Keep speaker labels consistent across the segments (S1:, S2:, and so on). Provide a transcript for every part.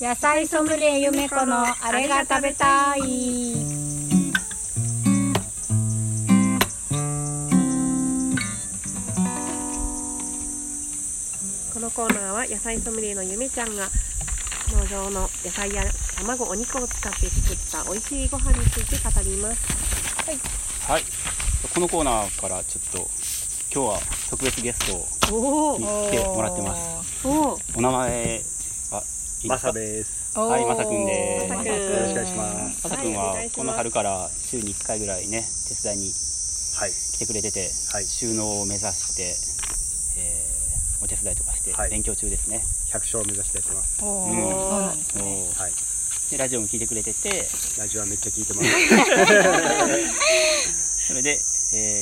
S1: 野菜ソムリエゆめこのあれが食べたい。
S2: このコーナーは野菜ソムリエのゆめちゃんが農場の野菜や卵お肉を使って作った美味しいご飯について語ります
S3: はい。このコーナーからちょっと今日は特別ゲストを
S2: お
S3: に来てもらってます。
S2: お
S3: お名前は
S4: マサ
S3: で。
S4: です。
S1: おー
S3: はいマサ君です
S1: マサ
S2: よろしくお願いし
S4: ます
S3: マサ君は
S2: はいお願いします
S3: この春から週に1回ぐらいね手伝いに
S4: はい。
S3: 来てくれてて、
S4: はい
S3: 収納を目指して、えーお手伝いとかして
S4: はい
S3: 勉強中ですね。
S4: 100勝を目指してやってます。
S1: お
S3: うん
S1: ーそうなんですね。
S3: おー
S4: はい。
S3: でラジオも聞いてくれてて、
S4: ラジオはめっちゃ聞いてます。
S3: それで、え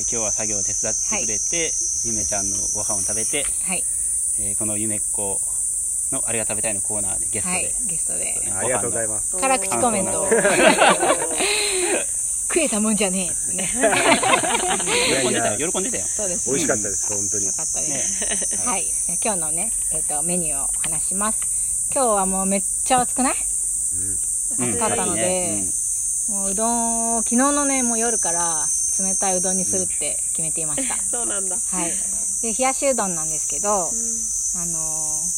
S3: ー今日は作業を手伝ってくれて、ゆめちゃんのご飯を食べて、
S1: はい。
S3: えーこのゆめっ子のあれが食べたいのコーナーでゲストで。
S1: はい。ゲストで。
S3: ね
S4: ありがとうございます。
S2: お
S1: 辛口コメント。食えたもんじゃねえってね。
S4: いや
S3: 喜ん
S4: い
S3: でた
S4: や、
S3: よ喜んでたよ
S1: そうです
S4: 美
S1: ね。
S4: 味しかったです、本当に
S1: よ。かったです。はい。今日のね、えっと、メニューを話します。今日はもうめっちゃ暑くない
S3: うん
S1: 暑かったので
S3: うん
S1: もううどんを昨日のねもう夜から冷たいうどんにするって決めていました、
S2: そうなんだ、
S1: はいで冷やしうどんなんですけど、あのー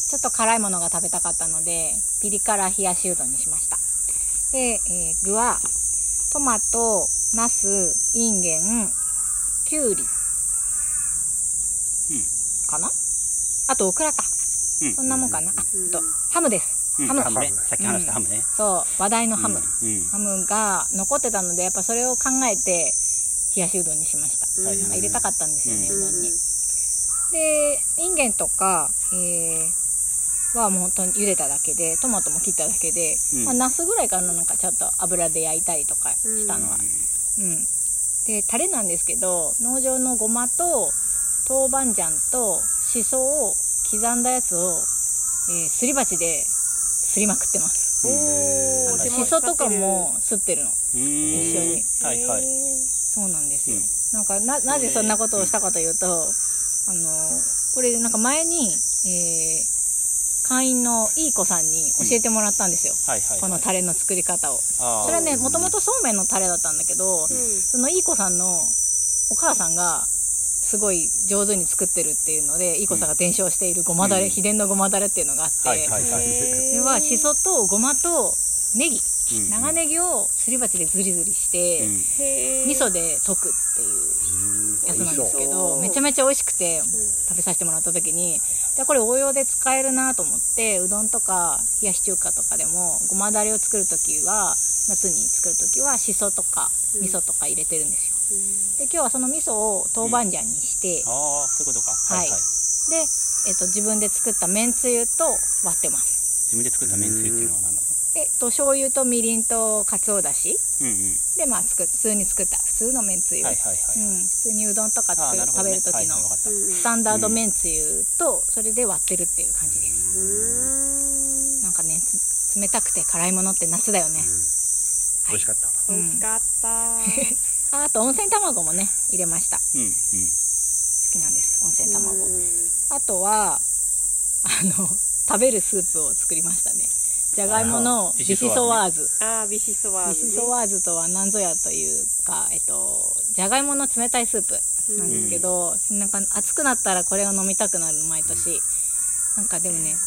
S1: ちょっと辛いものが食べたかったのでピリ辛冷やしうどんにしましたで、えー具はトマトナスインゲンきゅうりかなあとオクラか
S3: うん
S1: そんなもんかな、あ
S2: うん
S1: あとハムです、
S3: うん
S1: ハム
S3: ハムね
S4: ハム
S3: さっき話したハムね
S1: そう話題のハム、
S3: うんうん
S1: ハムが残ってたのでやっぱそれを考えて冷やしうどんにしました、
S2: うん
S3: はい
S1: 入れたかったんですよね、
S3: う
S1: うんどんにでインゲンとか、えーはもう本当に茹でただけでトマトも切っただけで、
S3: うん
S1: まあ、ナスぐらいからなんかちょっと油で焼いたりとかしたのはうん、でタレなんですけど農場のごまと豆板醤としそを刻んだやつを、えーすり鉢ですりまくってます
S2: おー
S3: うん
S2: 手間
S1: しそ
S2: を使ってる
S1: とかもすってるの
S3: うん
S1: 一緒に
S3: はいはい
S2: へー
S1: そうなんですよ、
S3: うん
S1: なんかななぜそんなことをしたかというと、あのこれなんか前に、えー会員のいい子さんに教えてもらったんですよ、
S3: はいはい
S1: このタレの作り方をそ
S3: そ
S1: れはねもともとそうめんのタレだったんだけど、
S2: うん
S1: そのいい子さんのお母さんがすごい上手に作ってるっていうのでいい子さんが伝承しているごまだれ、
S3: うん
S1: 秘伝のごまだれっていうのがあって、
S3: はいはいはい
S2: へ
S1: そ
S2: ー
S1: れはしそとごまとネギ
S3: うん
S1: 長ネギをすり鉢でズリズリして、
S3: うん
S2: へー
S1: 味噌で溶くっていう
S4: うん
S1: やつなんですけど
S2: うん
S1: めちゃめちゃ美味しくて食べさせてもらった時にでこれ応用で使えるなと思ってうどんとか冷やし中華とかでもごまだれを作る時は夏に作る時はしそとか
S2: うん
S1: 味噌とか入れてるんですよ。
S2: うん
S1: で今日はその味噌を豆板醤にして、
S3: ああそういうことか
S1: はいで、えっと自分で作っためんつゆと割ってます。
S3: 自分で作っためんつゆっていうのは何なの
S1: で、えっと醤油とみりんと鰹だし
S3: うんうん
S1: でまあ作っ普通に作った普通のめんつゆ、
S3: はいはいはい
S1: うん、普通にうどんとか
S3: あ
S1: 作
S3: ー
S1: る、
S3: なる
S1: 食
S3: ほど
S1: べ
S3: ね
S1: る時
S3: はい
S1: の
S3: はいわかった
S2: うん
S1: スタンダードめんつゆとそれで割ってるっていう感じです。
S2: うーん
S1: なんかねつ冷たくて辛いものって夏だよね。
S4: 美味しかった。
S2: 美味しかった
S1: ああと温泉卵もね入れました。好
S3: うんうん
S1: きなんです温泉卵。
S2: うん
S1: あとはあの 食べるスープを作りましたねじゃがいものビ
S3: ビ
S1: シ
S3: シ
S1: ソ
S3: ソ
S1: ワ
S3: ワ
S1: ーズ
S2: ああビシソワー
S1: ビ
S2: ズね
S1: シソワーズとは何ぞやというかえっとじゃがいもの冷たいスープなんですけど、なんか暑くなったらこれを飲みたくなるの毎年、なんかでもね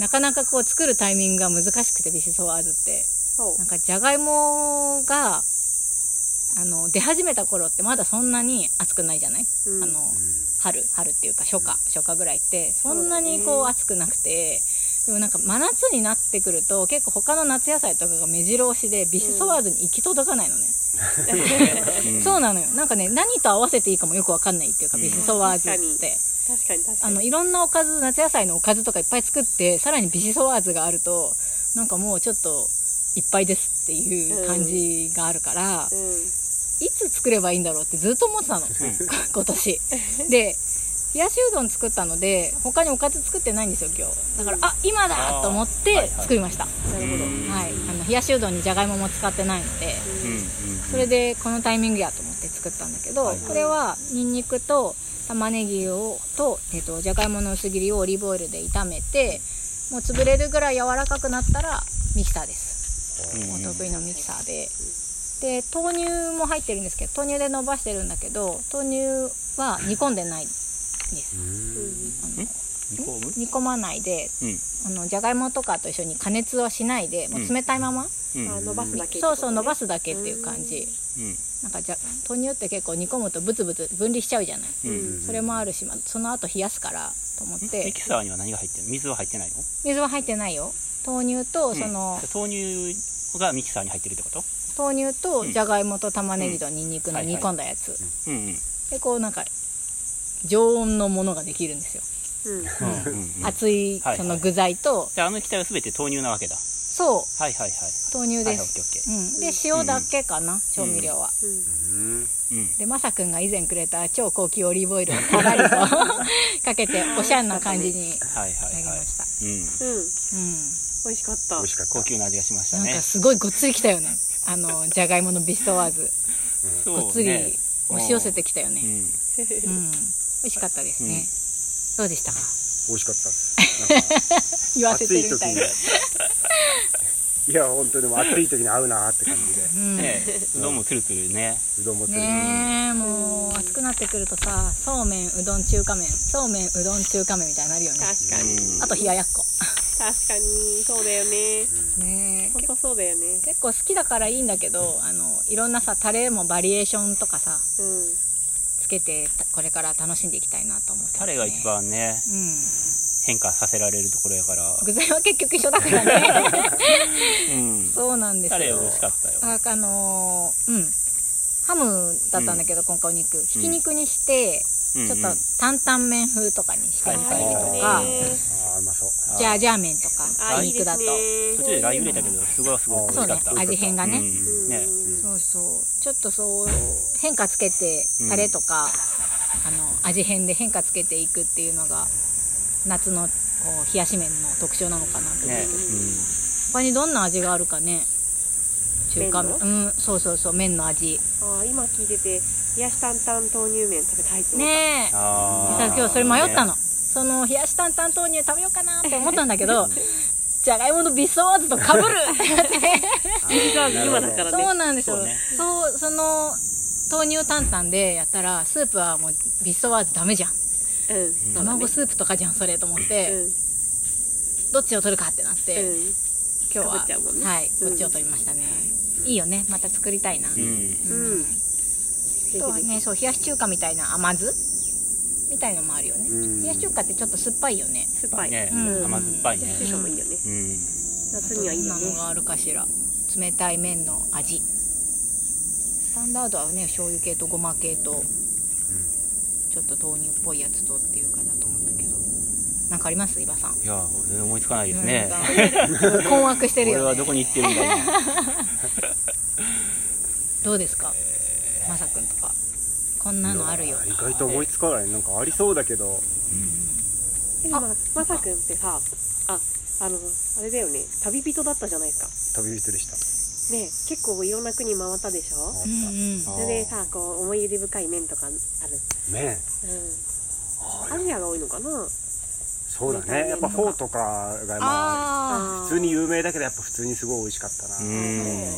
S1: なかなかこう作るタイミングが難しくてビシソワーズって
S2: そう
S1: なんかじゃがいもがあの出始めた頃ってまだそんなに暑くないじゃない、
S2: うん
S1: あの
S4: うん
S1: 春春っていうか初夏初夏ぐらいってそんなにこう暑くなくてでもなんか真夏になってくると結構他の夏野菜とかが目白押しでビシソワーズに行き届かないのね、
S3: うん
S1: そうなのよなんかね何と合わせていいかもよくわかんないっていうか、
S3: うん
S1: ビシソワーズって
S2: 確かに確か
S1: あ
S2: に
S1: のいろんなおかず夏野菜のおかずとかいっぱい作ってさらにビシソワーズがあるとなんかもうちょっといっぱいですっていう感じがあるから、
S2: うん
S1: いつ作ればいいんだろうってずっと思ってたの今年で冷やしうどん作ったので他におかず作ってないんですよ今日だから、あ今だと思っ
S3: あーは
S1: て
S3: いはい
S1: 作りました、は
S2: なるほど
S1: いあの冷やしうどんにじゃがいもも使ってないので
S3: うんうん
S1: それでこのタイミングやと思って作ったんだけど、
S3: はい
S1: これはニンニクと玉ねぎをと,、えっとじゃがいもの薄切りをオリーブオイルで炒めてもう潰れるぐらい柔らかくなったらミキサーです
S3: うん
S1: お得意のミキサーで、で豆乳も入ってるんですけど豆乳で伸ばしてるんだけど豆乳は煮込んでないんです、
S4: う
S1: あの
S4: ん
S3: ん煮込む
S1: 煮込まないで
S3: うん
S1: あのじゃがいもとかと一緒に加熱はしないでもう冷たいまま、
S3: うん
S2: あ伸ばすだけ、
S1: そうそう伸ば
S2: す。
S1: すだけっていう感じ、
S3: うん
S1: なんかじゃ豆乳って結構煮込むとブツブツ分離しちゃうじゃない、
S3: う
S2: うん
S3: ん
S1: それもあるし、まあ、その後冷やすからと思っ
S3: ミ
S1: て
S3: キサーには何が入ってるの水は入ってないの
S1: 水は入ってないよ豆乳とその、
S3: うん豆乳がミキサーに入ってるってこと
S1: 豆乳
S3: う
S1: と
S3: ん
S1: じゃがいもと玉ねぎとニンニクの
S3: はいはい
S1: 煮込んだやつ、
S3: うんうん
S1: でこうなんか常温のものができるんですよ、
S2: うん。
S3: うんうんうん
S1: 熱い
S3: はい
S1: その具材と、
S3: であの液体は全て豆乳なわけだ
S1: そ
S3: はいはいはいう
S1: 豆乳
S3: はい
S1: で
S3: オッ
S1: す、
S3: ケーオッケ
S1: うん、で塩だけかな、調味料は、
S2: うん。
S4: うん
S3: ーうん
S1: でまさくんが以前くれた超高級オリーブオイルをたらりと かけておしゃんな感じに
S3: はいはい
S1: なり
S3: はい
S1: ました、
S3: うん
S2: うん。
S1: うん
S2: 美味しかった。
S4: 美味しかった
S3: 高級な味がしました
S1: なん
S3: ね
S1: かすごいごっついきたよねあのじゃがいものビストワーズ
S3: そ
S1: ごっつ
S3: うね
S1: り押し寄せてきたよ
S3: う
S1: ね
S3: ん
S1: うん、美味しかったですね、どうでしたか
S4: 美味しかったですなんか
S1: 言わせ
S4: 暑
S1: て
S4: い
S1: るみ
S4: 時
S1: たい
S4: に
S1: な、
S4: いや本当にもう暑い時に合うなーって感じで
S1: うん、
S3: ね
S1: ね
S3: うどんもつるつるね
S4: うどんもつる
S1: えもう暑くなってくるとさそうめんうどん中華麺そうめんうどん中華麺みたいになるよね
S2: 確かに。
S3: うん
S1: あと冷ややっこ
S2: 確かに。そうだよね。
S1: ねえ
S2: 本当そうだよね。
S1: 結構好きだからいいんだけどあのいろんなさタレもバリエーションとかさ
S2: うん。
S1: つけてたこれから楽しんでいきたいなと思ってますね、
S3: タレが一番
S1: う
S3: ね
S1: ん
S3: 変化させられるところやから
S1: 具材は結局一緒だから ね
S3: うん
S1: そうなんですよ
S3: タレ美味しかったよ
S1: ああのーうんハムだったんだけど、今回お肉ひき肉にして、
S3: うん
S1: ちょっ
S3: うん
S1: と担々麺風とかにしてみたりとか、
S2: あいいね
S4: ああうまそう
S3: あー
S1: ジャージャー麺とか
S2: あ、いい
S1: 肉
S2: で
S1: だ
S2: す
S1: と
S2: ね。
S3: 途中でラー油入れたけどすごいすごい美味
S1: そう
S3: しか
S1: ね
S3: った
S1: 味変が
S3: う
S1: ね、
S3: んね
S2: うん
S1: そうそうちょっとそう変化つけて
S3: うん
S1: タレとか、あの味変で変化つけていくっていうのが夏のこう冷やし麺の特徴なのかなと思う、
S3: ね
S1: 他にどんな味があるかね中華麺
S2: 麺
S1: うんそうそうそう麺の味
S2: あ今聞いてて冷やし担々豆乳麺食べたいと思った、
S1: ねえ
S3: あ
S1: さ
S3: ー
S1: 今日それ迷ったの、その冷やし担々豆乳食べようかなって思ったんだけ どじゃがいものビスワーズとかぶる
S2: ージ今だからね
S1: そうなんですよ
S3: そ
S1: そうう,、
S3: ね
S1: その豆乳担々でやったらスープはもうビスワーズダメじゃん
S2: うんそうだね
S1: 卵スープとかじゃんそれと思っ
S2: う
S1: て、
S2: ん
S1: どっちを取るかってなって、今日
S2: かぶ
S1: は
S2: っちゃうもんね
S1: はい
S2: うん
S1: こっちを取りましたね、いいよねまた作りたいな、
S3: うん
S2: うんうん
S1: あとは
S2: ぜひぜ
S1: ねそう冷やし中華みたいな甘酢みたいのもあるよね、
S4: うん
S1: 冷やし中華ってちょっと酸っぱいよね
S2: ひ酸っぱい、
S3: ね
S1: うん
S3: 甘酸っぱいね
S2: 冷やし中華もいいよね
S3: うん
S2: 夏にはいいよ
S1: どんなの
S2: ね
S1: があるかしら冷たい麺の味スタンダードはね醤油系とごま系とちょっと豆乳っぽいやつとっていう感じだと思うんだけどなんかあります伊庭さん
S3: いやー全然思いつかないですね
S1: なんか困惑してるよ、
S3: 俺
S1: ね、
S3: は どこに行ってるんだろう
S1: どうですか、まさくんとかこんなのあるよ
S4: いや意外と思いつかないなんかありそうだけど
S2: 今まさくんってさああのあれだよね旅人だったじゃないですか
S4: 旅人でした
S2: ね結構いろんな国回ったでしょ
S1: うん
S4: あっ
S1: うん
S3: あ
S2: それでさこう思い入れ深い麺とかある、
S4: た麺
S2: うん、アジアが多いのかな
S4: そうだねやっぱフォーとかがまあ
S1: あ
S2: ー
S4: 普通に有名だけどやっぱ普通にすごい美味しかったな、
S3: うん
S1: ー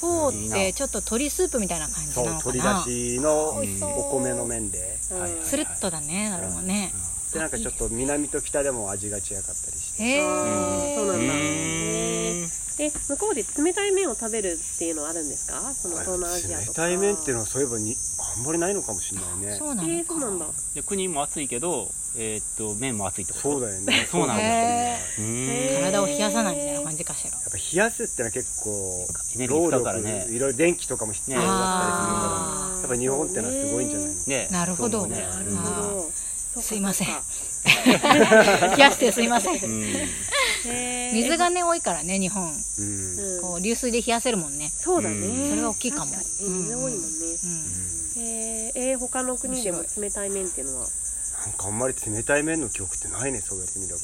S1: フォーってちょっと鶏スープみたいな感じ
S4: そう
S1: なのか
S4: 鶏
S1: な
S4: だ
S1: つ
S4: しの
S1: 美味しそう
S4: お米の麺で
S2: うん
S3: はいはい
S1: るっとだねあれもね
S4: でなんかちょっと南と北でも味が違かったりして
S1: へえ
S2: あーそう
S3: う
S2: なんだへー
S3: ん
S2: え向こうで冷たい麺を食べるっていうのはあるんですかその東南アジア
S4: 冷
S2: とか
S4: たい麺っていうのはそういえばにあんまりないのかもしれないね
S1: そうなのか、
S2: えー、そうなんだ
S3: で国も暑いけどえーっと麺も暑いってこと
S4: そうだよね
S3: そうなんだ
S4: や
S1: へ
S4: っ
S3: う
S2: へ
S3: ん
S2: ー
S1: 体を冷やさないみたいな感じかしら
S4: ぱ冷やすってのは結構
S3: エネルギー
S4: 労
S3: 使うから
S4: 力、
S3: ね
S4: いろいろ電気とかも必要だった
S1: あ
S4: りするからやっぱ日本ってのはすごいんじゃないの
S3: ね
S1: なるほど
S3: そうね
S1: な
S2: なるほ
S1: あー
S2: どそうか
S1: すいません
S2: そうか
S1: 冷やしてすいません
S3: うん
S2: へー
S1: 水がね多いからね日本
S4: うん
S2: う
S4: うん
S2: ん
S1: こう流水で冷やせるもんね
S2: そうだね、
S3: うん
S1: それは大きいかも
S2: 確にね水多いもん
S1: う
S2: ね、
S1: ん
S2: へーえー、他の国でも冷たい麺っていうのは
S4: なんかあんまり冷たい麺の記憶ってないねそうやってみれば、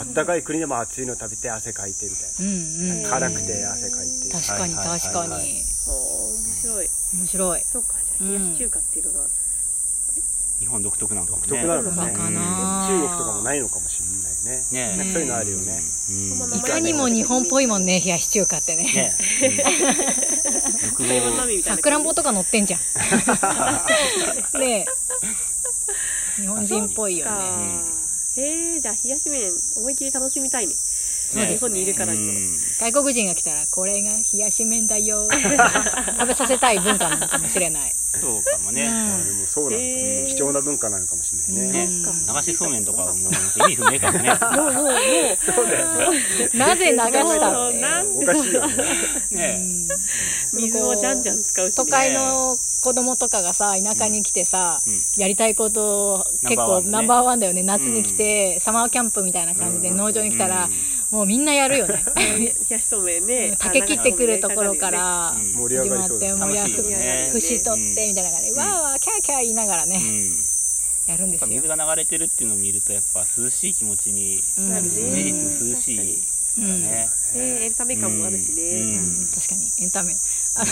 S1: うん
S4: あったかい国でも暑いの食べて汗かいてみたい
S1: うんうん
S2: へー
S4: な辛くて汗かいて
S1: 確かに
S3: はいはいはい
S1: 確か
S3: はい
S1: に
S2: おー面白い
S1: 面白い
S2: そうかじゃあ冷やし中華っていうのが、
S3: 日本独特なんかもね
S4: 独特なの
S2: の
S4: か
S2: か
S4: ね
S2: ね
S1: そうなのかな
S4: 中国とかもないのかもしれないね
S3: ね
S4: なんかそういうのあるよね、
S3: うんうん
S2: うん
S1: いかにも日本っぽいもんね冷やし中華ってね
S3: ねうん欲
S2: 台湾
S3: 望
S2: のみみたいな
S1: さくらんぼとか乗ってんじゃんねえ日本人っぽいよ
S2: か
S1: ね
S2: へえじゃあ冷やし麺思いっきり楽しみたいね
S1: そうですね
S2: 日本にいるからにも
S1: 外国人が来たらこれが冷やし麺だよ食べさせたい文化なのかもしれない
S3: そうかもね、
S1: うん
S4: あでもそうなのかも、
S2: へー
S4: 貴重な文化なのかもしれないね、
S3: ね
S1: うん
S3: 流しそうめんとかはもう意味不明かもね
S2: もうもうもう
S4: そうだよね
S1: なぜ流したっ
S2: そうな
S1: て
S2: ん
S4: おかしいよね
S1: う
S3: ね
S1: ん
S2: 水をじゃんじゃん使うし、ね、
S1: 都会の子供とかがさ田舎に来てさ、
S3: うん
S1: やりたいこと結構ナ
S3: ナ
S1: ン
S3: ン
S1: バ
S3: バ
S1: ーワンだよね夏に来て、サマーキャンプみたいな感じで農場に来たら、もうみんなやるよね
S2: 冷やしそうめんね
S1: 竹切ってくるところから
S3: うん
S4: 盛り上
S1: 始
S4: がり
S1: ま
S4: そ
S1: っ
S4: うだ
S1: て
S4: よ
S1: も
S4: ね
S1: うや
S3: 楽しいよね
S1: 節取ってみたいな感じで、わーわーキャーキャー言いながら
S3: う
S1: ね、
S3: ん
S1: やるんで
S3: やっぱ
S1: すよ
S3: 水、が流れてるっていうのを見るとやっぱ涼しい気持ちに
S1: うん
S3: なるし、
S1: うん
S3: 事実涼しい
S1: うん
S3: からね、
S2: ねエンタメ感もあるしね、
S3: うん
S1: うん確かにエンタメあの、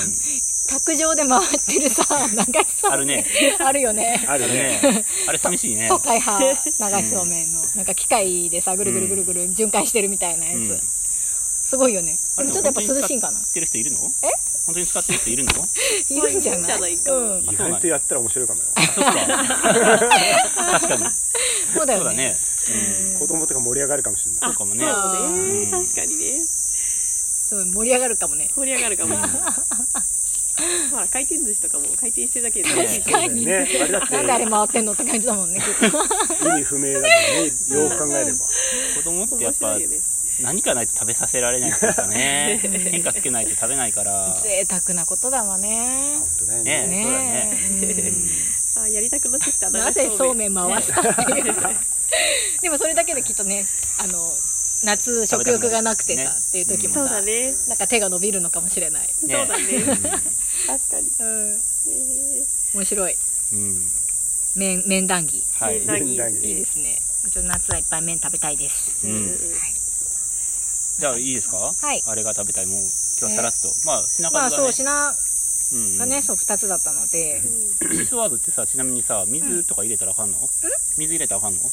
S1: 卓上で回ってるさ流しそう
S3: あるね
S1: あるよね
S4: あ
S3: あれ
S4: るね
S3: ねあれ寂しいね
S1: 都会派流しそうめんの、なんか機械でさぐるぐるぐるぐる巡回してるみたいなやつ、
S3: うん
S1: すごいよね
S3: あ
S1: で
S3: れ
S1: もちょっとやっぱ涼しいんかな
S3: 本当に使ってる人いるのえ本当に使ってる人いるの
S1: いるんじゃない
S2: いるんじゃないか
S1: うん、
S4: 意外とやったら面白いかもよ
S3: そっか確かに
S1: そうだ
S3: そう
S1: よ
S3: だ
S1: ね
S3: ね
S1: うん
S4: 子供とか盛り上がるかもしれ
S3: そ
S4: な
S3: う
S4: い
S3: かもね
S2: そうね、
S3: うん
S2: 確かにね
S1: そう盛り上がるかもね
S2: 盛り上がる かもほら回転寿司とかも回転してるだけで楽しいし
S1: 確かに、
S4: ねあれだって
S1: なんであれ回ってんのって感じだもんねきっと
S4: 意味不明だけどねよく考えれば
S3: 子供ってや
S2: 面
S3: っぱ
S2: 白いよね
S3: 何かないと食べさせられないか らね変化つけないと食べないから
S1: 贅沢なことだわね
S4: 本当だよ
S3: ね
S4: ね
S1: ね
S3: そうだね
S2: あやりたくなってきた
S1: うんなぜそうめん回したっていう、でもそれだけできっとねあの夏食欲がなくてさ、
S3: ね
S1: っていう時も
S2: そう
S1: さ、
S2: だね
S1: なんか手が伸びるのかもしれない、
S2: そうだね 確かに、
S1: うん、
S2: え
S1: 面白い
S3: うんうん
S1: 麺麺談義
S3: はい
S2: ね何
S4: 何
S1: いいですねちょっと夏はいっぱい麺食べたいです
S2: ー
S3: うん
S1: はい
S3: じゃあいいですか
S1: はい
S3: あれが食べたいもう今日はさらっとまあ品
S1: まあそ
S3: 数が
S1: う
S3: ね
S1: 品
S3: うん
S1: がね、そう2つだったので、
S3: シソワードってさちなみにさ水とか入れたらあかんの水入れたらあかんの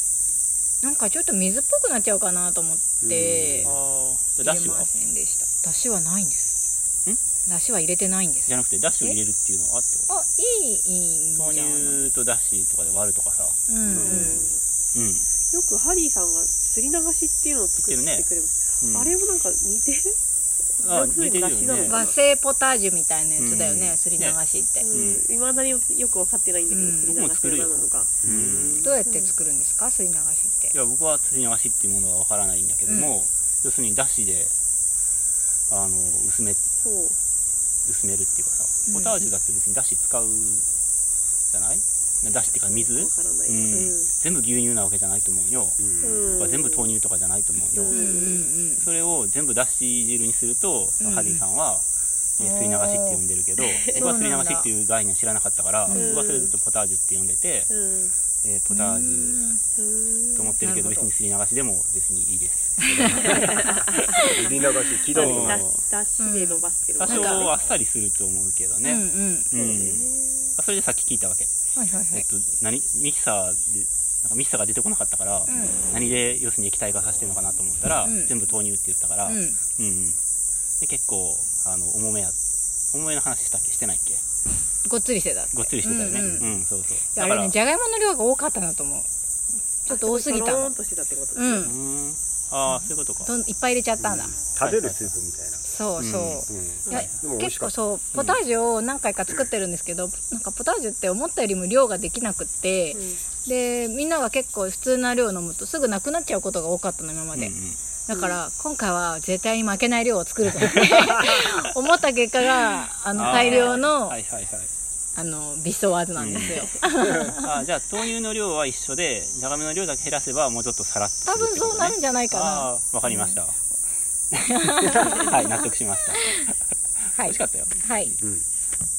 S1: なんかちょっと水っぽくなっちゃうかなと思って
S3: ああ
S1: 入
S3: ダッ
S1: れ
S3: シュは
S1: ませんでしただしはないんです
S3: ん
S1: だしは入れてないんです
S3: じゃなくてダッシュを入れるっていうのはあってこと
S1: あいいいいんじゃ
S3: 豆
S1: ない
S3: 乳とダッシュとかで割るとかさ
S1: うんうん、
S3: うん
S2: よくハリーさんがすり流しっていうのを作ってくれます、
S3: うん
S2: あれもなんか似て
S3: あ
S2: 普通に
S3: 似てる
S2: 出汁な
S3: よ
S2: の
S3: ね
S2: か
S1: 和製ポタージュみたいなやつだよね、
S3: うん
S1: すり流しって、
S2: うんいまだによく分かってないんだけど、すり流しは何なのか
S3: うん
S1: どうやって作るんですかすり流しって
S3: いや僕はすり流しっていうものはわからないんだけども、要するにだしであの薄め
S2: そう
S3: 薄めるっていうかさ
S1: うん
S3: ポタージュだって別にだし使うじゃないだしっていうか水
S2: わからない、
S3: 全部牛乳なわけじゃないと思うよ、
S4: うん
S3: まあ全部豆乳とかじゃないと思うよ、
S2: うん
S1: うんうん
S3: それを全部だし汁にすると、
S1: うん
S3: ハリーさんは、えーすり流しって呼んでるけど僕は
S1: そう
S3: すり
S1: な
S3: 流
S1: んだ
S3: しっていう概念知らなかったから、
S1: うん
S3: 僕はそれずっとポタージュって呼んでて、
S2: うんうん
S3: えーポタージュ
S2: うん
S3: と思ってるけど
S1: なる
S3: 別
S1: ほど
S3: にすり流しでも別にいいです
S4: 塗り流し聞いたことない
S2: だしだしで伸ばしてる
S3: 多
S1: ん
S3: 少
S1: なんか
S3: はあっさりすると思うけど
S1: うんうん
S3: ね、
S1: うん
S3: うんあそれでさっき聞いたわけ、
S1: はいはいは
S3: えっ
S1: い
S3: と、何ミキサーでなんかミキサーが出てこなかったから、
S1: うん
S3: 何で要するに液体化させてるのかなと思ったら、
S1: うん
S3: 全部豆乳って言ってたから、
S1: う
S3: うん
S1: ん
S3: うんで結構あの重めや重めの話したっけしてないっけ
S1: ごっつりしてたって
S3: ごっつりしてたよね
S1: う
S3: うんん、
S1: うん
S3: そうそう
S1: あ
S3: だか
S1: れ
S3: ら
S1: ね
S3: う
S1: じゃがいもの量が多かったなと思うちょっと多すぎた
S2: の
S1: の
S2: としてたってこと
S1: う
S2: ね
S1: ん
S3: ーんああそういうことか
S1: どんいっぱい入れちゃったんだ、
S4: 食べるスープみたいな
S1: そうそうう、
S4: ん
S1: いや
S4: でも美味
S1: 結
S4: しか
S1: 構
S4: った
S1: そうポタージュを何回か作ってるんですけど、なんかポタージュって思ったよりも量ができなくって、でみんなが結構普通な量飲むとすぐなくなっちゃうことが多かったの今まで、
S3: うんうん
S1: だから今回は絶対に負けない量を作ると思って 思った結果があの
S3: あー
S1: 大量のあ,、
S3: はいはいはい
S1: のビストワーズなんですよ、
S3: あーじゃあ豆乳の量は一緒でじゃがめの量だけ減らせばもうちょっとさらっとす
S1: 多
S3: るってこ
S1: 分
S3: とね
S1: そうなるんじゃないかな、
S3: あーわかりま した、はい納得しました、
S1: は
S3: 美
S1: い
S3: 味しかったよ
S1: はい
S4: うん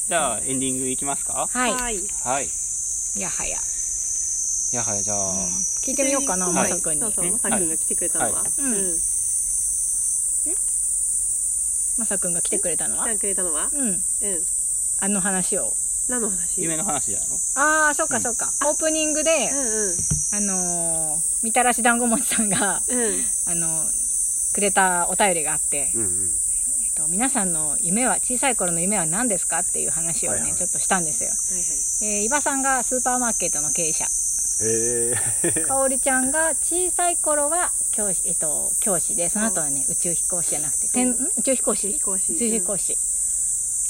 S3: じゃあエンディングいきますか
S1: はい、
S2: はい
S3: はい
S1: いやはや、
S3: やはりじゃあ、
S1: うん聞いてみようかな
S2: はい
S1: まさくんに
S2: そうそうまさくんが来てくれたのは
S3: はい
S1: うんまさくんが来てくれたのは
S2: 来てくれたのは
S1: うん
S2: うん
S1: あの話を
S2: 何の話
S3: 夢の話じゃないの
S1: ああそうかそうか、オープニングで、
S2: うんうん
S1: あのーみたらし団子餅さんが、
S2: うん
S1: あのーくれたお便りがあって、
S4: うんうん
S1: えっと、皆さんの夢は小さい頃の夢は何ですかっていう話をね、
S4: はいはい
S1: ちょっとしたんですよ、
S2: はいはい
S1: えー、伊庭さんがスーパーマーケットの経営者
S4: へえ
S1: かおりちゃんが小さい頃は教師,、えっと、教師でその後はね宇宙飛行士じゃなくて、天ん、宇宙飛行士
S2: 宇宙飛行士
S1: 宇宙飛行士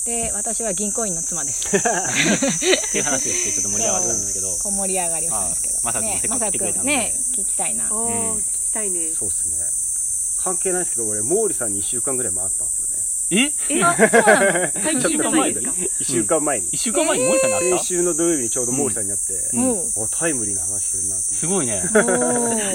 S1: で私は銀行員の妻です
S3: っていう話をしてちょっと盛り上がったんですけ
S1: こ
S3: ど
S1: う盛り上がりをしたんですけど
S3: あまさくんも
S1: ね
S3: せっ
S1: まさ
S3: かく来てくれ
S1: く
S3: た
S1: ん
S3: んで
S1: ね聞きたいな
S2: おお、
S3: うん
S2: 聞きたいね
S4: そうっすね関係ないですけど俺毛利さんに1週間ぐらい回ったんですよね
S3: え
S2: え
S1: あそうなの
S2: 最
S4: ちょ
S2: 近
S4: っ
S2: じゃ
S4: と
S2: な
S4: 前
S2: いで
S4: に
S2: すか
S4: 1週間前に、
S3: 一週間前に森さんに会っ
S4: 先
S3: た
S4: 週の土曜日にちょうど毛利さんに会って、
S3: うん
S1: おう
S4: おタイムリーな話してるなと
S3: すごいね
S1: お
S2: 何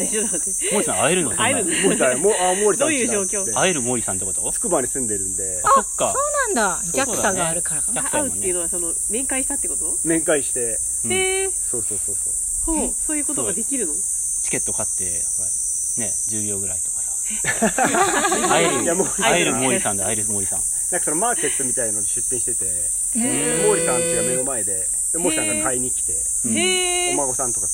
S1: ー
S2: ちょっと待って
S3: 森さん 会えるのそんな
S2: 会えるの
S4: 思ってたもうあ毛利さん来
S2: ど
S4: た
S2: ういう状況
S4: って
S3: 会える森さんってこと
S4: つくばに住んでるんで
S3: あそっか
S1: そうなんだ
S3: そうだね
S1: JAXA があるからかな
S2: 会
S3: 100歳
S2: う
S3: も
S2: っ
S3: ね
S2: ていうのはその面会したってこと、
S4: 面会して
S3: うん
S2: へえ
S4: そうそうそうそう
S2: ほうそういうことができるの
S3: チケット買ってほらね10秒ぐらいとかさ 会え
S4: い
S3: る
S4: やもう
S3: 会える森さんで会える森さん
S4: なんかそのマーケットみたいのに出店してて
S1: へ
S4: 毛利さん家が目の前でで毛利さんが買いに来て
S3: うん
S2: へ
S4: お
S2: え
S4: 孫さんとか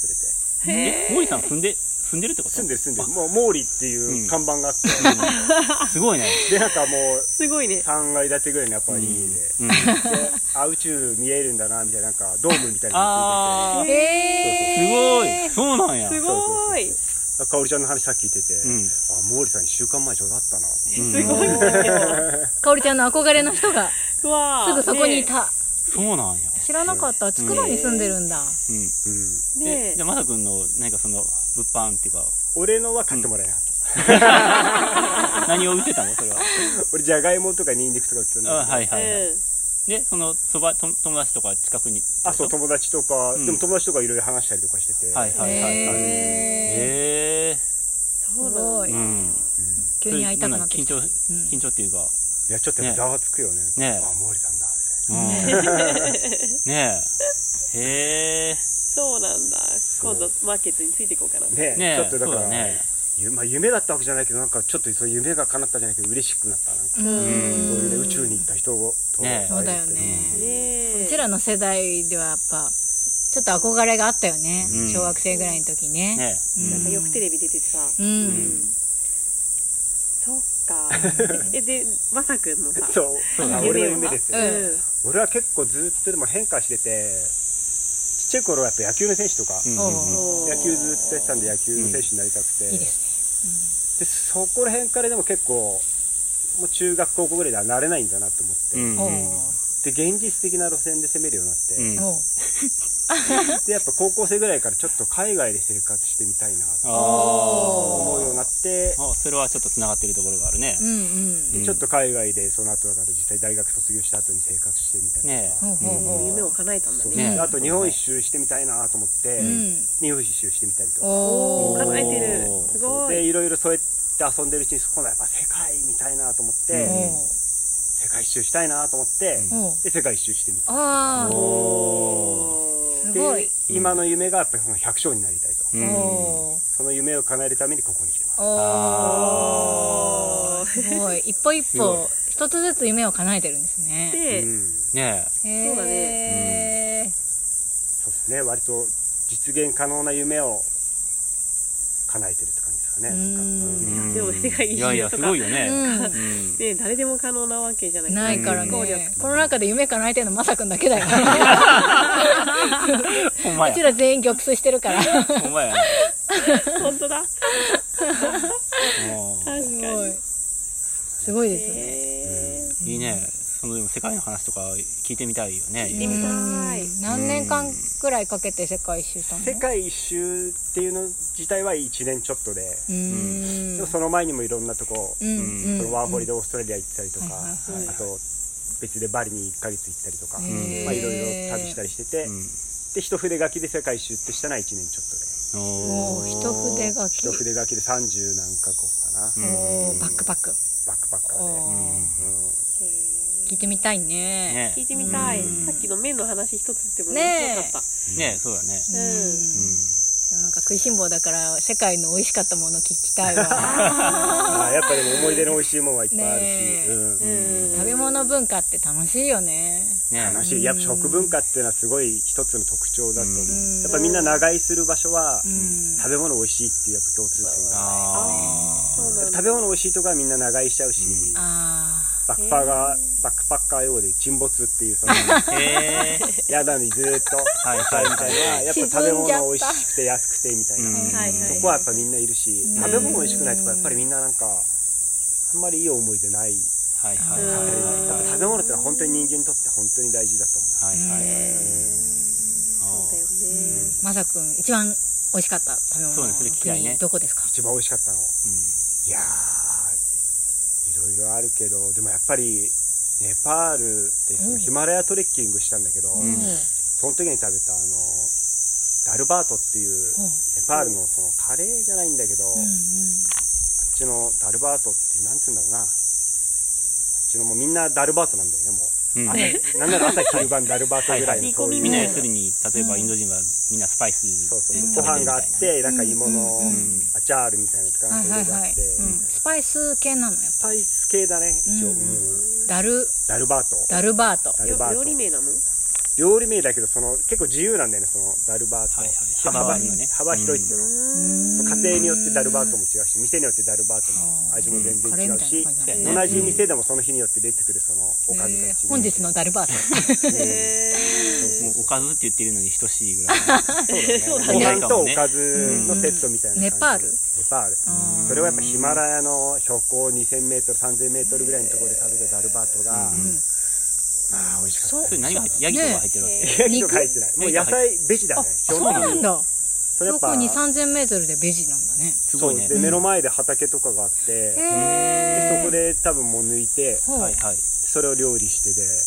S4: 連れて
S3: え森さん住んで住んでるってこと
S4: 住んでる住んでるもう毛利っていう看板があって、
S3: すごいね
S4: でなんかもう
S2: すごいね
S4: 3階建てぐらいのやっぱいい家で、
S3: うん
S4: であ宇宙見えるんだなみたいななんかドームみたいなの
S3: あー
S1: え
S3: すごいそうなんや
S2: す
S4: ついてて
S2: ごい
S4: そうそうそうかおりちゃんの話さっき聞いてて、
S3: うん
S4: あ毛利さん1週間前ちょうどあったなと思って
S3: うん
S2: すごいですけど
S1: かおりちゃんの憧れの人が
S2: うわー
S1: すぐそこにいた、
S3: そうなんや
S1: 知らなかったつくばに住んでるんだ、
S3: うん
S4: うん
S2: ね
S3: えじゃあまさくんの何かその物販っていうか
S4: 俺のは買ってもらえなかった、
S3: 何を売ってたのそれは
S4: 俺じゃがいもとかニンニクとか売ってたんだ
S3: あ
S4: けど
S3: はいはいはい
S2: うん
S3: でそのそばと友達とか近くに
S4: あそう友達とか、
S3: うん
S4: でも友達とかいろいろ話したりとかしてて、
S3: はいはいはいはい
S1: へえ
S3: へえ
S2: そうなんだ
S1: すごい
S3: うん
S4: うん
S1: 急に会いたくなってきた
S3: それなんか
S1: う
S3: 緊張緊張っていうか
S4: いやちょっとやっぱざわつくよね
S3: ね
S4: あ毛利さんだみたいな
S3: うんねえへ
S2: そうなんだ
S4: う
S2: 今度マーケットについていこうかな
S4: ね
S3: えねえ
S4: ちょっとだから
S3: そうね
S4: ゆまあ、夢だったわけじゃないけどなんかちょっとそう夢が叶ったじゃないけど嬉しくなったなんか、
S1: うん
S3: うん
S4: そういうね宇宙に行った人と
S3: ねえ
S1: そうだよね
S2: ねえ
S1: うちらの世代ではやっぱちょっと憧れがあったよね、
S3: うん
S1: 小学生ぐらいの時ね
S3: ね
S1: う
S2: なんかよくテレビ出ててさ
S1: う、
S2: うんんそっか えでまさくんのさ
S4: そう
S3: そうだ
S4: あ
S3: ね
S4: 俺の夢ですよ、
S1: う
S4: ね
S1: ん
S4: 俺は結構ずっとでも変化しててちっちゃい頃はやっぱ野球の選手とか、
S3: うん
S1: おう
S2: うん
S4: 野球ずっとやってたんで野球の選手になりたくて、
S1: いいです
S4: でそこら辺からでも結構もう中学高校ぐらいではなれないんだなと思って、
S3: うん
S1: ね、
S3: う
S1: うんん、
S4: で現実的な路線で攻めるようになって、
S3: うん
S1: おうおう
S4: でやっぱ高校生ぐらいからちょっと海外で生活してみたいなと思うようになって、
S3: あそれはちょっとつながってるところがあるね
S1: うんうん
S3: うん
S4: ちょっと海外でその後だから実際大学卒業した後に生活してみたいな、
S3: ねえ
S1: ほうほう
S3: うん
S1: ほう
S2: 夢を叶えたんだ
S4: そう
S2: ね
S3: ね
S4: であと日本一周してみたいなと思って、
S1: うん
S4: 日本一周してみたりとか
S1: お
S2: お
S1: お
S2: お
S1: ー
S2: 叶えてる
S3: おー
S2: す
S4: そう
S2: ご
S4: で
S2: い
S4: いろいろそうやって遊んでるうちに今度はやっぱ世界みたいなと思って、
S3: うん
S4: 世界一周したいなと思って、
S3: うん
S1: おう
S4: で世界一周してみた
S1: ああ
S3: お
S2: お
S1: す
S2: ー
S4: で
S1: ごい
S4: 今の夢がやっぱりその百姓になりたいと、
S3: うん
S1: おー
S4: その夢を叶えるためにここに来てます、
S1: お
S3: あ
S1: ーすごい一歩一歩一つずつ夢を叶えてるんですね
S4: う
S2: で
S4: ん
S3: ね
S1: へー
S2: そうだ
S3: ね
S4: そうですね割と実現可能な夢を叶えてるって感じですかね
S1: う
S4: なん
S1: ん
S4: か
S3: え
S4: う
S3: う
S4: ん
S3: ん
S2: でも世界一周とか
S3: いやいやすごいよね
S1: うん
S3: うん
S2: ね誰でも可能なわけじゃない
S1: ないから
S2: うん
S1: ね、この中で夢叶えてるのまさくんだけだよ
S3: ほんま
S1: うち
S3: や
S1: ら全員玉数してるから
S3: ほんまや
S2: 本当だ
S3: もう
S2: 確か
S1: す
S2: に
S1: ごいすごいですよね
S2: へー
S3: いいね。そのでも世界の話とか聞いてみたいよね。
S2: 聞いてみたい
S1: うん何年間くらいかけて世界一周したの
S4: 世界一周っていうの自体は1年ちょっとで、
S1: うーん
S4: でもその前にもいろんなとこ、
S1: うんうん
S4: そのワーホリで
S1: うん
S4: オーストラリア行ったりとか、
S1: はいはい
S3: はい
S4: あと別でバリに1ヶ月行ったりとか、
S1: へー
S4: まあ、いろいろ旅したりしてて、
S3: うん。
S4: で一筆書きで世界一周ってしたのは1年ちょっとで
S1: おー一筆書き
S4: 一筆書きで30何カ国かな、
S3: うん
S1: おーバックパック
S4: バックパッカーで、
S1: おー
S4: うん
S2: へ
S1: 聞い
S2: ー
S1: てみたいね
S3: ね
S2: 聞いてみたい
S3: うん
S2: さっきの麺の話一つっても
S1: ねえ
S2: 面白かっ
S3: ねそうだね。
S2: うん
S3: うん。
S1: すでもなんか食いしん坊だから世界の美味しかったもの聞きたいわ
S4: あーやっぱでも思い出の美味しいもんはいっぱいある
S1: ね
S4: し、
S1: え
S4: うん
S2: うん
S1: 食べ物文化って楽しいよね
S3: ね
S4: 楽しいやっぱ食文化っていうのはすごい一つの特徴だと思う、
S1: うん
S4: やっぱみんな長居する場所は、
S1: うん
S4: 食べ物美味しいっていうやっぱ共通点が
S3: あ
S2: そう
S4: やっ
S2: なんだ
S4: ぱ食べ物美味しいとかみんな長居しちゃうし、
S3: うん
S1: あ
S4: バックパーが
S2: へ
S4: バックパッカー用で沈没っていうその
S3: あへえ
S4: やだにずーっと
S3: はい
S4: は
S3: はいい
S4: みたいな
S3: はい
S4: やっぱ食べ物美味しくて安くてみたいな、
S3: うん
S1: はいはいはい
S4: とこはやっぱみんないるし、
S1: うん
S4: 食べ物美味しくないとかやっぱりみんななんかあんまりいい思い出ない、
S3: はいはいはい
S2: うん
S4: やっぱ
S3: は
S4: 食べ物ってのは本当に人間にとって本当に大事だと思う、
S3: いはいはいはい
S2: そうだよ
S4: う
S2: ね
S4: ん
S1: あまさくん一番美味しかった食べ
S3: そう
S1: 物
S3: で
S1: の
S3: すね聞きたいね
S1: 国どこですか
S4: 一番美味しかったの
S3: う
S4: いやーいろいろあるけどでもやっぱりネパールでそのヒマラヤトレッキングしたんだけど、
S1: うん
S4: その時に食べたあのダルバートっていう
S1: ほう
S4: ネパールのそのカレーじゃないんだけど、
S1: うんう
S4: あっ
S1: ん
S4: ちのダルバートってなんつうんだろうなあっちのもうみんなダルバートなんだよねもう、
S3: んうん
S4: 朝なんなら朝昼晩ダルバートぐらいの
S2: はい
S4: そういう
S3: みんな
S2: ね
S3: 要するに例えばインド人はみんなスパイス
S4: そうそう
S3: で
S4: ご飯があってなんか芋の、
S1: うんうん
S3: うん
S4: アチャールみたいなのとかな
S1: は
S4: ん
S1: い
S4: か
S1: はい
S4: いろいろあ
S1: は
S4: っ
S1: い
S4: て、
S1: うんスパイス系なのやっ
S4: ス
S1: ぱ
S4: パイス系だね一応、
S1: うん
S4: うん
S1: ダル
S4: ダルバート
S1: ダルバート
S4: ダルバ
S2: よ料
S4: ー
S2: 理
S4: ト
S2: 名なの
S4: 料理名だけどその結構自由なんだよねそのダルバート、
S3: はいはい
S4: 幅
S3: 幅あるのね
S4: 幅広いっていうのは、
S2: うん
S4: 家
S1: う
S4: 庭によってダルバートも違うし店によってダルバートも味も全
S1: カレ
S4: 然
S1: ーみ
S4: 違う
S1: たいな、
S4: し
S1: 感じな
S3: ね
S1: の
S4: 同じ店でもその日によって出てくるそのおかずが違う、
S1: えー本日のダルバート
S2: へ
S3: も
S2: ー
S3: うおかずって言ってるのに等しいぐらい
S2: そう だ
S4: ご
S2: ね
S4: 飯とおかずのセットみたいな感
S1: う
S4: じ、
S1: んネパール
S4: ネパール
S1: あー
S4: それはやっぱヒマラヤの標高 2000m3000m ぐらいのところで食べたダルバートが、
S3: う
S1: うん
S4: まあ美味しかった
S1: そう
S3: それ何が入ってヤギとか入ってるわけ
S2: ね
S4: 焼きとか入ってないもう野菜ベジだ
S1: あ
S4: ね
S1: そうなんだ
S4: それや
S1: 標高
S4: っぱ
S1: 2 3 0 0 0ルでベジなんだね
S3: す
S4: そ
S3: ごいうね
S4: で目の前で畑とかがあって、
S1: へ
S4: で
S1: ー
S4: そこで多分もう抜いて
S1: ほう
S3: はいはい
S4: それを料理してでもう
S1: へ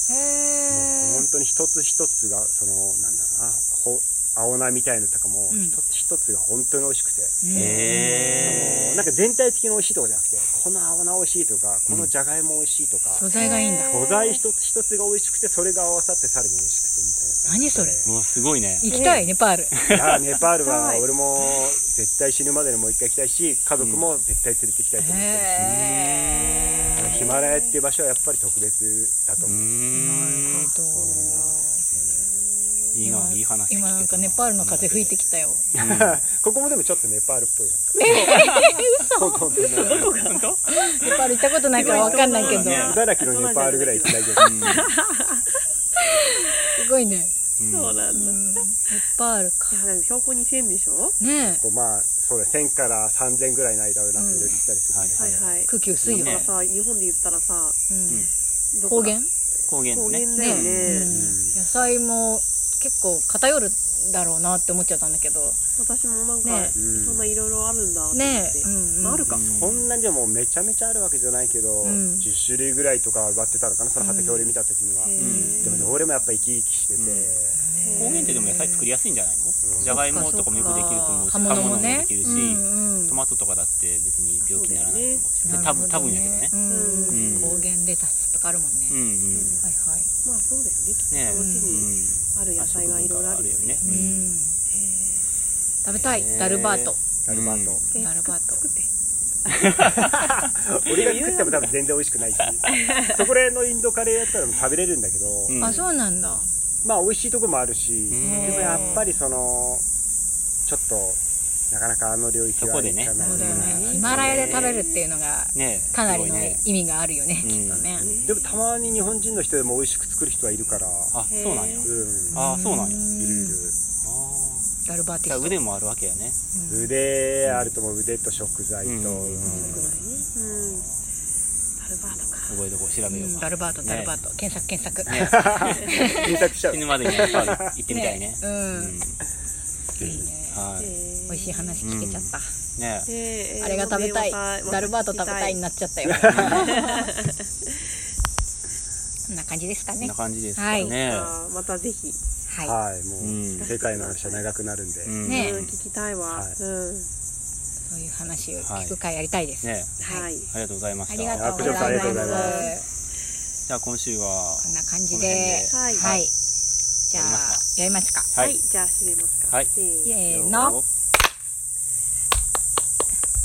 S4: 本当に一つ一つがそのなんだろうなほ青菜みたいのとかも
S1: うん
S4: 一つ一つが本当に美味しくて、
S3: へ
S4: なんか全体的に美味しいとかじゃなくてこの青菜美味しいとかこのじゃがいも美味しいとか、
S1: 素材がいいんだ
S4: 素材一つ一つが美味しくてそれが合わさってさらに美味しくてみたいな感じ
S1: 何それ
S3: えもうすごいね
S1: 行きたいネパール
S4: いやーネパール
S2: 行き
S4: は
S2: たい
S4: 俺も絶対死ぬまでにもう一回行きたいし家族も絶対連れて行きたいと思ってるし、
S1: へー
S4: ヒマラヤっていう場所はやっぱり特別だ
S3: う
S4: と思う、
S1: な
S3: ー
S1: る
S3: ん
S1: ほど
S3: いいないい話聞けた
S1: 今なんかネパールの風吹いてきたよ
S4: ここもでもちょっとネパールっぽいなんか
S1: 嘘
S4: ほとんどね
S3: 本当
S1: ネパール行ったことないからわかんないけど
S3: そうだね
S4: 茨城のネパールぐらい行って大丈夫
S1: すごいね
S3: うん
S2: そう
S3: うん
S2: なん
S1: う
S2: だ
S1: んネパールか
S2: いやでも標高2000でしょ
S1: ね
S4: こうまあそうだ1000から3000ぐらいの間をなんかいろいろ行ったりするんだけど、
S2: はいはい
S1: え空気薄いよ
S2: だから
S1: ね
S2: さ日本で言ったらさ
S1: うん
S2: どこ
S1: 高
S2: だ
S1: 原
S3: 高原
S2: 高原
S3: ですね
S2: だよ
S1: う
S2: ね
S4: うんん
S1: 野菜も結構偏るだろうなって思っちゃったんだけど
S2: 私もなんか、
S1: ね
S2: そんないろいろあるんだと思って、
S1: ねえ、うんうん
S2: まあ、あるか、
S3: うん
S4: こんなにでもめちゃめちゃあるわけじゃないけど、
S1: うん
S4: 10種類ぐらいとか植わってたのかなその畑俺見た時には、
S2: へ
S4: でも
S2: え
S4: どれもやっぱ生き生きしてて、
S3: うん
S1: へー
S3: 高原ってでも野菜作りやすいんじゃない
S4: うん
S3: のじゃがいもとかもよくできると思うし
S1: 葉
S3: 葉
S1: 物
S3: 物
S1: も
S3: も
S1: ね
S3: できるし
S1: うんうん
S3: トマトとかだって別に病気にならないと思うし
S1: な
S3: それ
S1: る
S3: 多
S1: ほど
S3: 分多分やけどね
S1: うん
S3: うん
S1: 高原レタスとかあるもんね、
S3: うんうん
S1: はいはい、
S2: まあそうだよねきっと
S3: ねえ
S2: その地
S3: う
S2: に
S3: ん
S2: ある野菜がいろいろあるよね
S3: う
S1: うんん、食べたい、ダルバート
S4: ダルバート、
S3: うん
S2: え
S1: なるばと
S2: 作って
S4: 俺が作っても多分全然美味しくないしそこら辺のインドカレーやったら食べれるんだけど、
S3: うん
S1: あそうなんだ
S4: まあ美味しいとこもあるし、
S3: ん
S4: でもやっぱりそのちょっとなかなかあの領域
S3: そ
S4: は
S3: こ
S4: い
S3: で
S4: か
S3: ね
S4: ない
S1: そうだよね
S2: うん
S1: ヒマラヤで食べるっていうのが
S3: ねえ
S1: かなり
S3: す
S1: の
S3: ごいね
S1: 意味があるよね
S3: うん
S1: きっとね、
S4: でもたまに日本人の人でも美味しく作る人はいるから
S3: あそうなんや
S4: うん
S3: ああそうなんや
S4: いるいる
S3: あ
S1: ダルバー
S3: ー
S1: テ
S3: じ
S1: ィ
S3: ゃあ
S1: スト
S3: 腕もあるわけやね
S4: 腕あるとも腕と食材と、
S3: うん
S4: うん
S2: 食材ねうんタルバーとか
S3: 覚えとこう調べよ
S1: うん
S3: う
S1: ダ
S3: か
S1: ルバートダルバート、検索検索
S3: ね
S4: 検索しちゃう
S3: 死ぬまでにやっぱり行ってみたいね
S1: う、
S3: うんん
S1: いいね
S3: はい
S1: 美味しい話聞けちゃった、
S3: ねえ
S2: い
S1: あれが食べたい、ダルバート食べたいに
S2: な
S1: なっちゃったよ。 こんな感じですか
S3: こん
S1: ね
S3: な。感じですかね
S2: またぜひ、
S1: は
S4: はいもう、
S3: うん
S4: 世界の話は長くなるんで、
S3: うん
S1: ねえ
S2: うん聞きたいわ、
S4: はい
S2: うん
S1: い、そういう話を聞く会やりたいです。
S3: ね
S1: はい
S2: はい
S3: えありがとうございま
S1: あ
S3: し
S1: りが
S3: た
S1: とうございます。
S4: あこちらこそありがとうござい
S2: ま
S3: じゃあ今週は
S1: こんな感じで、
S2: はい
S1: はい、じゃあやりますか。
S3: は
S2: はいいじゃあ閉めますか
S3: はい
S2: せーの
S1: せーの。